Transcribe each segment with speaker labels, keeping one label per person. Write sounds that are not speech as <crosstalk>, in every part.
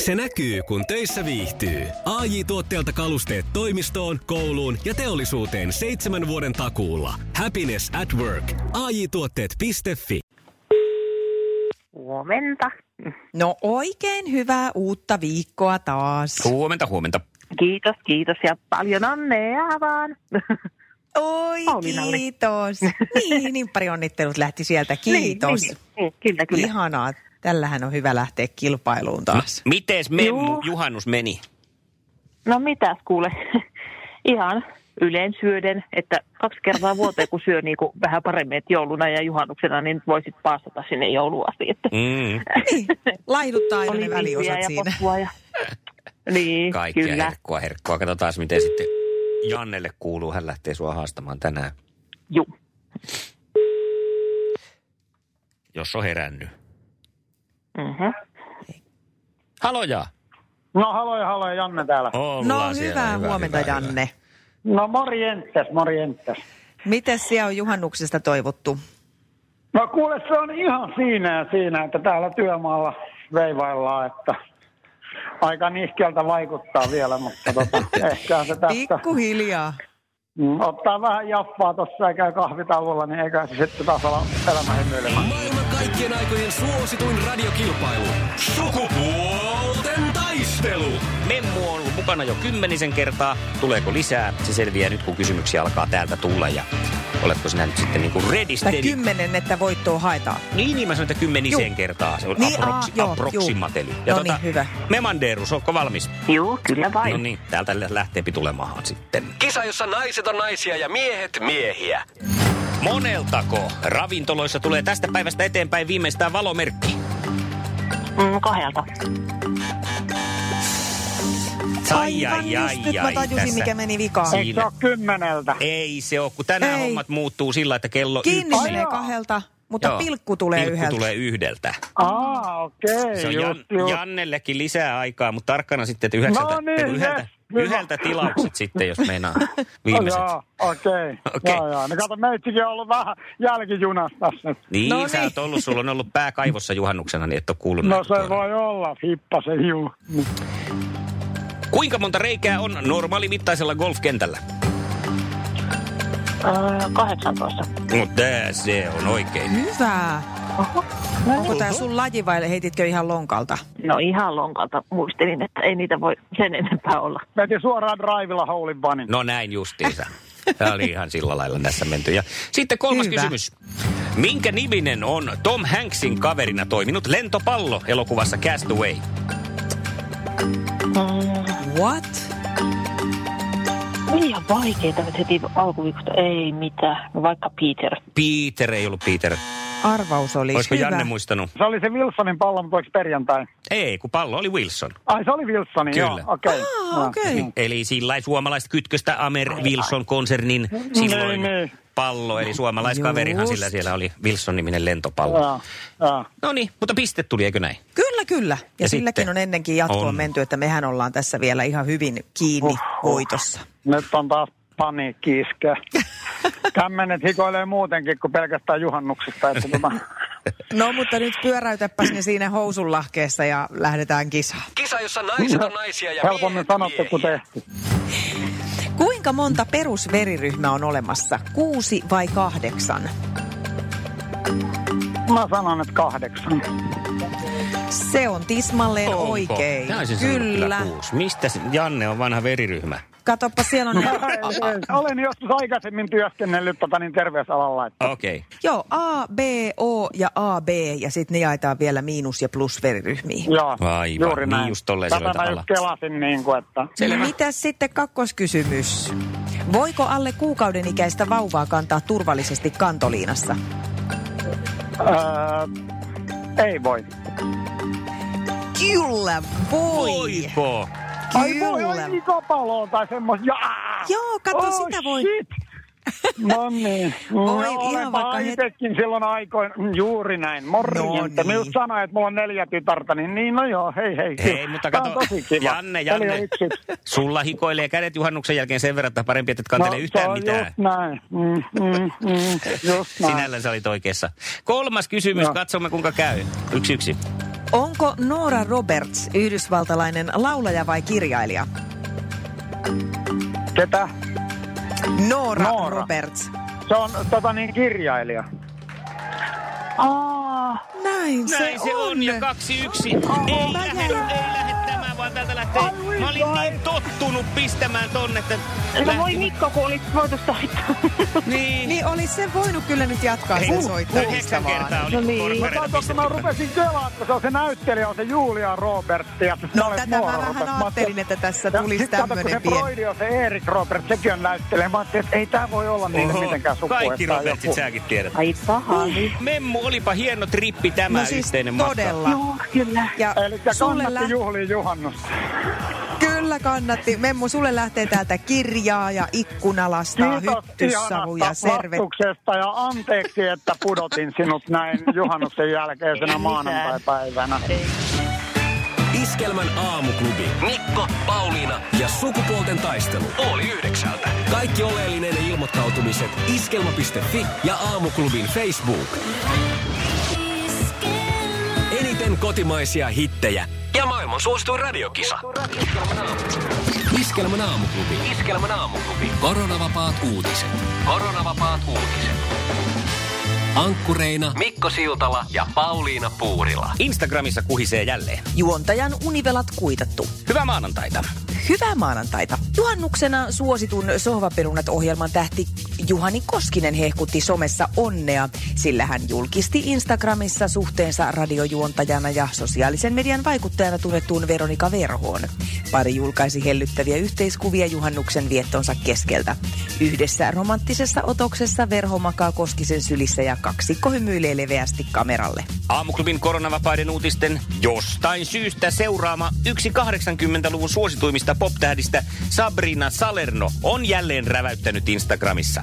Speaker 1: Se näkyy, kun töissä viihtyy. ai tuotteelta kalusteet toimistoon, kouluun ja teollisuuteen seitsemän vuoden takuulla. Happiness at work. ai tuotteetfi
Speaker 2: Huomenta.
Speaker 3: No oikein hyvää uutta viikkoa taas.
Speaker 4: Huomenta, huomenta.
Speaker 2: Kiitos, kiitos ja paljon onnea vaan.
Speaker 3: Oi
Speaker 2: Pauliinalle.
Speaker 3: kiitos. Niin, niin pari onnittelut lähti sieltä. Kiitos.
Speaker 2: Niin, niin, kyllä, kyllä. Ihan.
Speaker 3: Ihanaa. Tällähän on hyvä lähteä kilpailuun
Speaker 4: <laughs>
Speaker 3: taas.
Speaker 4: Mites memmu
Speaker 2: Juu.
Speaker 4: juhannus meni?
Speaker 2: No mitäs kuule, <laughs> ihan yleen syöden, että kaksi kertaa vuoteen kun syö niin kuin vähän paremmin, että jouluna ja juhannuksena, niin nyt voisit paastata sinne jouluasti. Että
Speaker 4: Mm.
Speaker 3: Niin, laihduttaa aina ne
Speaker 2: viisiä
Speaker 3: väliosat
Speaker 2: ja
Speaker 3: siinä.
Speaker 2: potkua ja... Niin,
Speaker 4: Kaikkea
Speaker 2: kyllä.
Speaker 4: herkkua, herkkua. Katsotaan miten sitten Jannelle kuuluu. Hän lähtee sua haastamaan tänään,
Speaker 2: Juu.
Speaker 4: jos on herännyt.
Speaker 3: Mhm.
Speaker 2: Mm-hmm.
Speaker 4: Haloja!
Speaker 5: No haloja, haloja, Janne täällä.
Speaker 4: Ollaan
Speaker 3: No
Speaker 4: siellä.
Speaker 3: hyvää huomenta
Speaker 4: hyvä.
Speaker 3: Janne.
Speaker 5: No morjenttes, morjenttes.
Speaker 3: Miten siellä on juhannuksesta toivottu?
Speaker 5: No kuule, se on ihan siinä ja siinä, että täällä työmaalla veivaillaan, että aika nihkeltä vaikuttaa vielä, mutta tota,
Speaker 4: <laughs>
Speaker 5: ehkä se tässä
Speaker 3: Pikkuhiljaa.
Speaker 5: Mm, ottaa vähän jaffaa tuossa ja käy kahvitauolla, niin eikä se sitten taas olla elämä hymyilemään.
Speaker 1: Maailman kaikkien aikojen suosituin radiokilpailu. Sukupuolten taistelu.
Speaker 4: Memmu on ollut mukana jo kymmenisen kertaa. Tuleeko lisää? Se selviää nyt, kun kysymyksiä alkaa täältä tulla. Ja oletko sinä nyt sitten niinku ready,
Speaker 3: Tai
Speaker 4: steady?
Speaker 3: kymmenen, että voittoa haetaan.
Speaker 4: Niin, niin mä sanoin, että kymmeniseen
Speaker 3: Juu.
Speaker 4: kertaa. Se on
Speaker 3: Niin,
Speaker 4: niin,
Speaker 3: aa,
Speaker 4: aproksi,
Speaker 3: joo,
Speaker 4: aproksimateli.
Speaker 3: juu. No niin, hyvä.
Speaker 4: Memanderus, ootko valmis?
Speaker 2: Juu, kyllä vain.
Speaker 4: No niin, täältä lähtee tulemahan sitten.
Speaker 1: Kisa, jossa naiset on naisia ja miehet miehiä.
Speaker 4: Moneltako ravintoloissa tulee tästä päivästä eteenpäin viimeistään valomerkki?
Speaker 2: Mm, kahdelta.
Speaker 3: Aivan just nyt mä tajusin,
Speaker 4: tässä.
Speaker 3: mikä meni vikaan.
Speaker 5: Eikö se ole kymmeneltä?
Speaker 4: Ei se ole, kun tänään
Speaker 3: Ei.
Speaker 4: Ei. hommat muuttuu sillä, että kello
Speaker 3: Kiinni
Speaker 4: yksi...
Speaker 3: menee
Speaker 5: Ai joo.
Speaker 3: kahdelta, mutta
Speaker 4: Joo,
Speaker 3: pilkku tulee
Speaker 4: pilkku
Speaker 3: yhdeltä.
Speaker 4: tulee yhdeltä.
Speaker 5: Aa, okei,
Speaker 4: Se
Speaker 5: okay,
Speaker 4: on
Speaker 5: just,
Speaker 4: Jan,
Speaker 5: just.
Speaker 4: Jannellekin lisää aikaa, mutta tarkkana sitten, että yhdeltä,
Speaker 5: No niin,
Speaker 4: yhdeltä,
Speaker 5: yes, hyvä.
Speaker 4: yhdeltä tilaukset sitten, jos
Speaker 5: <laughs>
Speaker 4: meinaa viimeiset.
Speaker 5: Joo, okei.
Speaker 4: Okei.
Speaker 5: Joo, joo. No kato, meitsikin on ollut vähän jälkijunassa tässä.
Speaker 4: Niin,
Speaker 3: No
Speaker 4: sä oot
Speaker 3: niin.
Speaker 4: ollut, sulla on ollut pää kaivossa juhannuksena, niin et ole kuullut
Speaker 5: No
Speaker 4: näitä
Speaker 5: se
Speaker 4: koira-
Speaker 5: voi olla, hippasen juu.
Speaker 4: Kuinka monta reikää on normaalimittaisella golfkentällä?
Speaker 2: Äh, 18.
Speaker 4: No tää se on oikein.
Speaker 3: Hyvä. Onko tämä sun laji vai heititkö ihan lonkalta?
Speaker 2: No ihan lonkalta muistelin, että ei niitä voi sen enempää olla.
Speaker 5: Veti suoraan drivilla houlin vanin.
Speaker 4: No näin justiinsa. Tämä oli ihan sillä lailla tässä menty. Ja sitten kolmas
Speaker 3: Hyvä.
Speaker 4: Hyvä. kysymys. Minkä niminen on Tom Hanksin kaverina toiminut lentopallo elokuvassa Castaway?
Speaker 3: What?
Speaker 2: Liian vaikeita nyt heti alkuviikosta. Ei mitään. No vaikka Peter.
Speaker 4: Peter ei ollut Peter.
Speaker 3: Arvaus oli
Speaker 4: Olisiko
Speaker 3: hyvä.
Speaker 4: Janne muistanut?
Speaker 5: Se oli se Wilsonin pallo, mutta oliko perjantai?
Speaker 4: Ei, kun pallo oli Wilson.
Speaker 5: Ai se oli Wilsonin,
Speaker 4: Kyllä.
Speaker 5: joo, okei.
Speaker 3: Ah, okei.
Speaker 5: Joo.
Speaker 4: Eli sillä ei suomalaista kytköstä Amer Wilson-konsernin silloin
Speaker 5: Niin, niin.
Speaker 4: pallo. Eli suomalaiskaverihan
Speaker 3: Just.
Speaker 4: sillä siellä oli Wilson-niminen lentopallo.
Speaker 5: Joo, joo.
Speaker 4: No niin, mutta piste tuli, eikö näin?
Speaker 3: Kyllä, kyllä. Ja,
Speaker 4: Ja
Speaker 3: silläkin
Speaker 4: sitten?
Speaker 3: on ennenkin jatkoon
Speaker 4: On.
Speaker 3: menty, että mehän ollaan tässä vielä ihan hyvin kiinni voitossa.
Speaker 5: Nyt on taas paniikki iskeä. Kämmenet hikoilee muutenkin kuin pelkästään juhannuksesta. Että tota,
Speaker 3: No, mutta nyt pyöräytäpäs ne siinä housunlahkeessa ja lähdetään kisaan.
Speaker 1: Kisa, jossa naiset on naisia ja
Speaker 5: helpommin
Speaker 1: miehet
Speaker 5: sanottu kuin
Speaker 1: miehiä.
Speaker 5: tehty.
Speaker 3: Kuinka monta perusveriryhmää on olemassa? Kuusi vai kahdeksan?
Speaker 5: Mä sanon, että kahdeksan.
Speaker 3: Se on tismalleen oikein.
Speaker 4: Mä olisin sanonut
Speaker 3: Kyllä.
Speaker 4: kuusi. Mistä se- Janne on vanha veriryhmä?
Speaker 3: Katoppa, siellä on...
Speaker 5: Olen joskus aikaisemmin työskennellyt tota, niin terveysalalla. Että
Speaker 4: Okei. Okay.
Speaker 3: Joo, A, B, O ja A, B ja sitten ne jaetaan vielä miinus- ja plusveriryhmiin.
Speaker 5: Joo,
Speaker 4: Aivan,
Speaker 5: juuri
Speaker 4: niin
Speaker 5: näin.
Speaker 4: just tolleen
Speaker 5: Tätä
Speaker 4: sillä
Speaker 5: mä
Speaker 4: tavalla.
Speaker 5: just kelasin niin kuin, että...
Speaker 3: Mitäs sitten kakkoskysymys? Voiko alle kuukauden ikäistä vauvaa kantaa turvallisesti kantoliinassa?
Speaker 5: Öö, ei voi.
Speaker 3: Kyllä voi!
Speaker 4: Oiko?
Speaker 5: Ai voi,
Speaker 3: Kyllä.
Speaker 5: ai niin kapaloon tai semmoista. Jaa!
Speaker 3: Joo, kato,
Speaker 5: oh,
Speaker 3: sitä voi.
Speaker 5: Shit. No niin.
Speaker 3: Oi,
Speaker 5: no,
Speaker 3: ihan
Speaker 5: ihan
Speaker 3: vaikka
Speaker 5: vaikka
Speaker 3: het-
Speaker 5: itsekin silloin aikoin. Mm, Juuri näin.
Speaker 3: No
Speaker 5: Morjenta.
Speaker 3: niin.
Speaker 5: No niin. Minä sanoin, että mulla on neljä tytärtä, niin, niin no joo, hei hei.
Speaker 4: Hei, mutta
Speaker 5: Tää on
Speaker 4: kato,
Speaker 5: tosi kiva.
Speaker 4: Janne, Janne,
Speaker 5: Neljä yksi, yksi.
Speaker 4: sulla hikoilee kädet juhannuksen jälkeen sen verran, että parempi, että et kantele
Speaker 5: No, se
Speaker 4: yhtään
Speaker 5: on
Speaker 4: mitään.
Speaker 5: just näin. Mm, mm, mm, just näin. No.
Speaker 4: Sinällään sä olit oikeassa. Kolmas kysymys,
Speaker 5: Joo.
Speaker 4: katsomme kuinka käy. Yksi yksi.
Speaker 3: Onko Nora Roberts yhdysvaltalainen laulaja vai kirjailija?
Speaker 5: Ketä?
Speaker 3: Nora,
Speaker 5: Nora.
Speaker 3: Roberts.
Speaker 5: Se on tota niin kirjailija.
Speaker 2: Aa,
Speaker 3: Näin,
Speaker 4: Näin se on ja kaksi yksi. Ei
Speaker 3: mä
Speaker 4: lähde, ei
Speaker 3: jäin.
Speaker 4: lähde tämä, vaan täältä lähtee.
Speaker 5: Ai,
Speaker 4: Mä olin
Speaker 5: ai.
Speaker 4: niin tottunut pistämään tonne, että...
Speaker 2: no
Speaker 4: lähti-
Speaker 2: voi Mikko, kun olit voitu soittaa.
Speaker 4: Niin.
Speaker 3: Niin olisi se voinut kyllä nyt jatkaa sen soittamista
Speaker 4: Yhdeksän
Speaker 3: vaan.
Speaker 4: kertaa oli
Speaker 2: No niin.
Speaker 4: porvareita
Speaker 5: Kato, kun mä
Speaker 4: pistetty.
Speaker 5: rupesin kelaamaan, kun se on se näyttelijä, on se Julia Roberts. Ja sä
Speaker 3: No
Speaker 5: olet
Speaker 3: tätä
Speaker 5: Noora
Speaker 3: mä vähän
Speaker 5: Roberts. Mä
Speaker 3: ajattelin, että tässä
Speaker 5: Ja
Speaker 3: tulisi
Speaker 5: sit kato, kun
Speaker 3: tämmöinen
Speaker 5: se
Speaker 3: pieni.
Speaker 5: Broidi on se Erik Roberts, sekin on näyttelijä. Mä ajattelin, Niin, että ei tää voi olla niille
Speaker 4: Oho,
Speaker 5: mitenkään sukua.
Speaker 4: Kaikki Robertsit säkin tiedät.
Speaker 2: Ai paha. nyt.
Speaker 4: Memmu, olipa hieno trippi tämä
Speaker 3: No siis
Speaker 4: yhteinen matka.
Speaker 3: todella.
Speaker 2: Joo, kyllä.
Speaker 3: Ja
Speaker 5: Eli
Speaker 3: sulle
Speaker 5: kannatti
Speaker 3: lä-
Speaker 5: juhliin juhannusta.
Speaker 3: kyllä kannatti. Memmu, sulle lähtee täältä kirjaa ja ikkunalastaa,
Speaker 5: Kiitos
Speaker 3: hyttyssavuja,
Speaker 5: ihanasta
Speaker 3: servet.
Speaker 5: vastuksesta ja anteeksi, että pudotin sinut näin juhannuksen jälkeisenä
Speaker 2: Ei
Speaker 5: maanantai-päivänä.
Speaker 2: Ei.
Speaker 1: Iskelmän aamuklubi. Mikko, Pauliina ja sukupuolten taistelu. Oli yhdeksältä. Kaikki oleellinen ilmoittautumiset iskelma.fi ja aamuklubin Facebook. Eniten kotimaisia hittejä ja maailman suosituin radiokisa. Iskelmän aamuklubi. Iskelmän aamuklubi. Koronavapaat uutiset. Koronavapaat uutiset. Ankkureina Mikko Siltala ja Pauliina Puurila.
Speaker 4: Instagramissa kuhisee jälleen.
Speaker 3: Juontajan univelat kuitattu.
Speaker 4: Hyvää maanantaita.
Speaker 3: Hyvää maanantaita. Juhannuksena suositun Sohvaperunat-ohjelman tähti Juhani Koskinen hehkutti somessa onnea, sillä hän julkisti Instagramissa suhteensa radiojuontajana ja sosiaalisen median vaikuttajana tunnettuun Veronika Verhoon. Pari julkaisi hellyttäviä yhteiskuvia juhannuksen viettonsa keskeltä. Yhdessä romanttisessa otoksessa Verho makaa Koskisen sylissä ja kaksikko hymyilee leveästi kameralle.
Speaker 4: Aamuklubin koronavapaiden uutisten jostain syystä seuraama yksi 80-luvun suosituimmista poptähdistä Sabrina Salerno on jälleen räväyttänyt Instagramissa.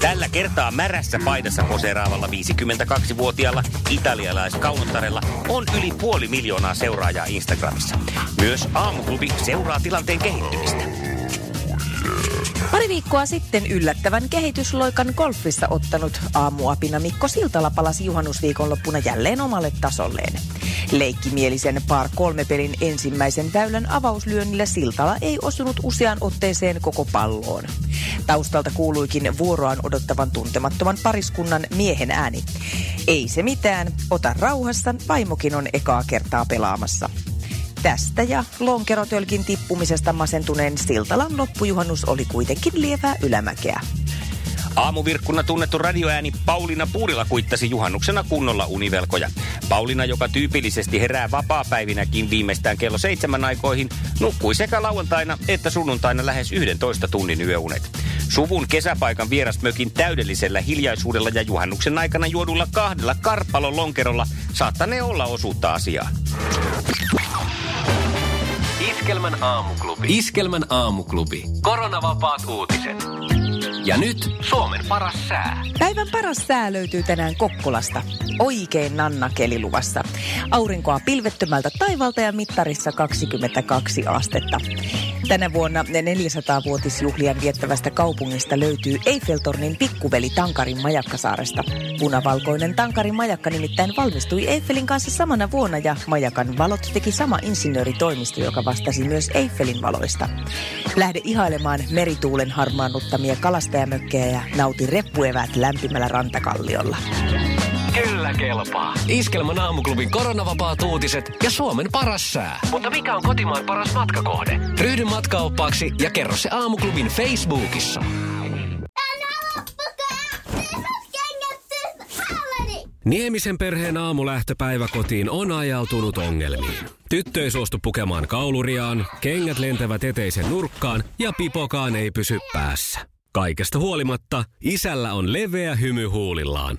Speaker 4: Tällä kertaa märässä paidassa poseeraavalla 52-vuotiaalla italialaiskaunottarella on yli puoli miljoonaa seuraajaa Instagramissa. Myös aamuklubi seuraa tilanteen kehittymistä.
Speaker 3: Pari viikkoa sitten yllättävän kehitysloikan golfissa ottanut aamuapina Mikko Siltala palasi juhannusviikonloppuna jälleen omalle tasolleen. Leikkimielisen par kolme pelin ensimmäisen väylän avauslyönnillä Siltala ei osunut useaan otteeseen koko palloon. Taustalta kuuluikin vuoroaan odottavan tuntemattoman pariskunnan miehen ääni. Ei se mitään, ota rauhassa, vaimokin on ekaa kertaa pelaamassa. Tästä ja lonkerotölkin tippumisesta masentuneen Siltalan loppujuhannus oli kuitenkin lievää ylämäkeä.
Speaker 4: Aamuvirkkuna tunnettu radioääni Pauliina Puurila kuittasi juhannuksena kunnolla univelkoja. Pauliina, joka tyypillisesti herää vapaapäivinäkin viimeistään kello seitsemän aikoihin, nukkui sekä lauantaina että sunnuntaina lähes 11 tunnin yöunet. Suvun kesäpaikan vierasmökin täydellisellä hiljaisuudella ja juhannuksen aikana juodulla kahdella karpalon lonkerolla saattanee olla osuutta asiaan.
Speaker 1: Iskelmän aamuklubi. Iskelmän aamuklubi. Koronavapaat uutiset. Ja nyt Suomen paras sää.
Speaker 3: Päivän paras sää löytyy tänään Kokkolasta. Oikein nanna keliluvassa. Aurinkoa pilvettömältä taivalta ja mittarissa 22 astetta. Tänä vuonna 400-vuotisjuhlien viettävästä kaupungista löytyy Eiffeltornin pikkuveli Tankarin majakkasaaresta. Punavalkoinen Tankarin majakka nimittäin valmistui Eiffelin kanssa samana vuonna ja majakan valot teki sama insinööritoimisto, joka vastasi myös Eiffelin valoista. Lähde ihailemaan merituulen harmaannuttamia kalastajamökkejä ja nauti reppuevät lämpimällä rantakalliolla.
Speaker 1: Kyllä kelpaa. Iskelmän aamuklubin koronavapaat uutiset ja Suomen paras sää. Mutta mikä on kotimaan paras matkakohde? Ryhdy matkaoppaaksi ja kerro se aamuklubin Facebookissa. Niemisen perheen aamulähtöpäivä kotiin on ajautunut ongelmiin. Tyttö ei suostu pukemaan kauluriaan, kengät lentävät eteisen nurkkaan ja pipokaan ei pysy päässä. Kaikesta huolimatta, isällä on leveä hymy huulillaan.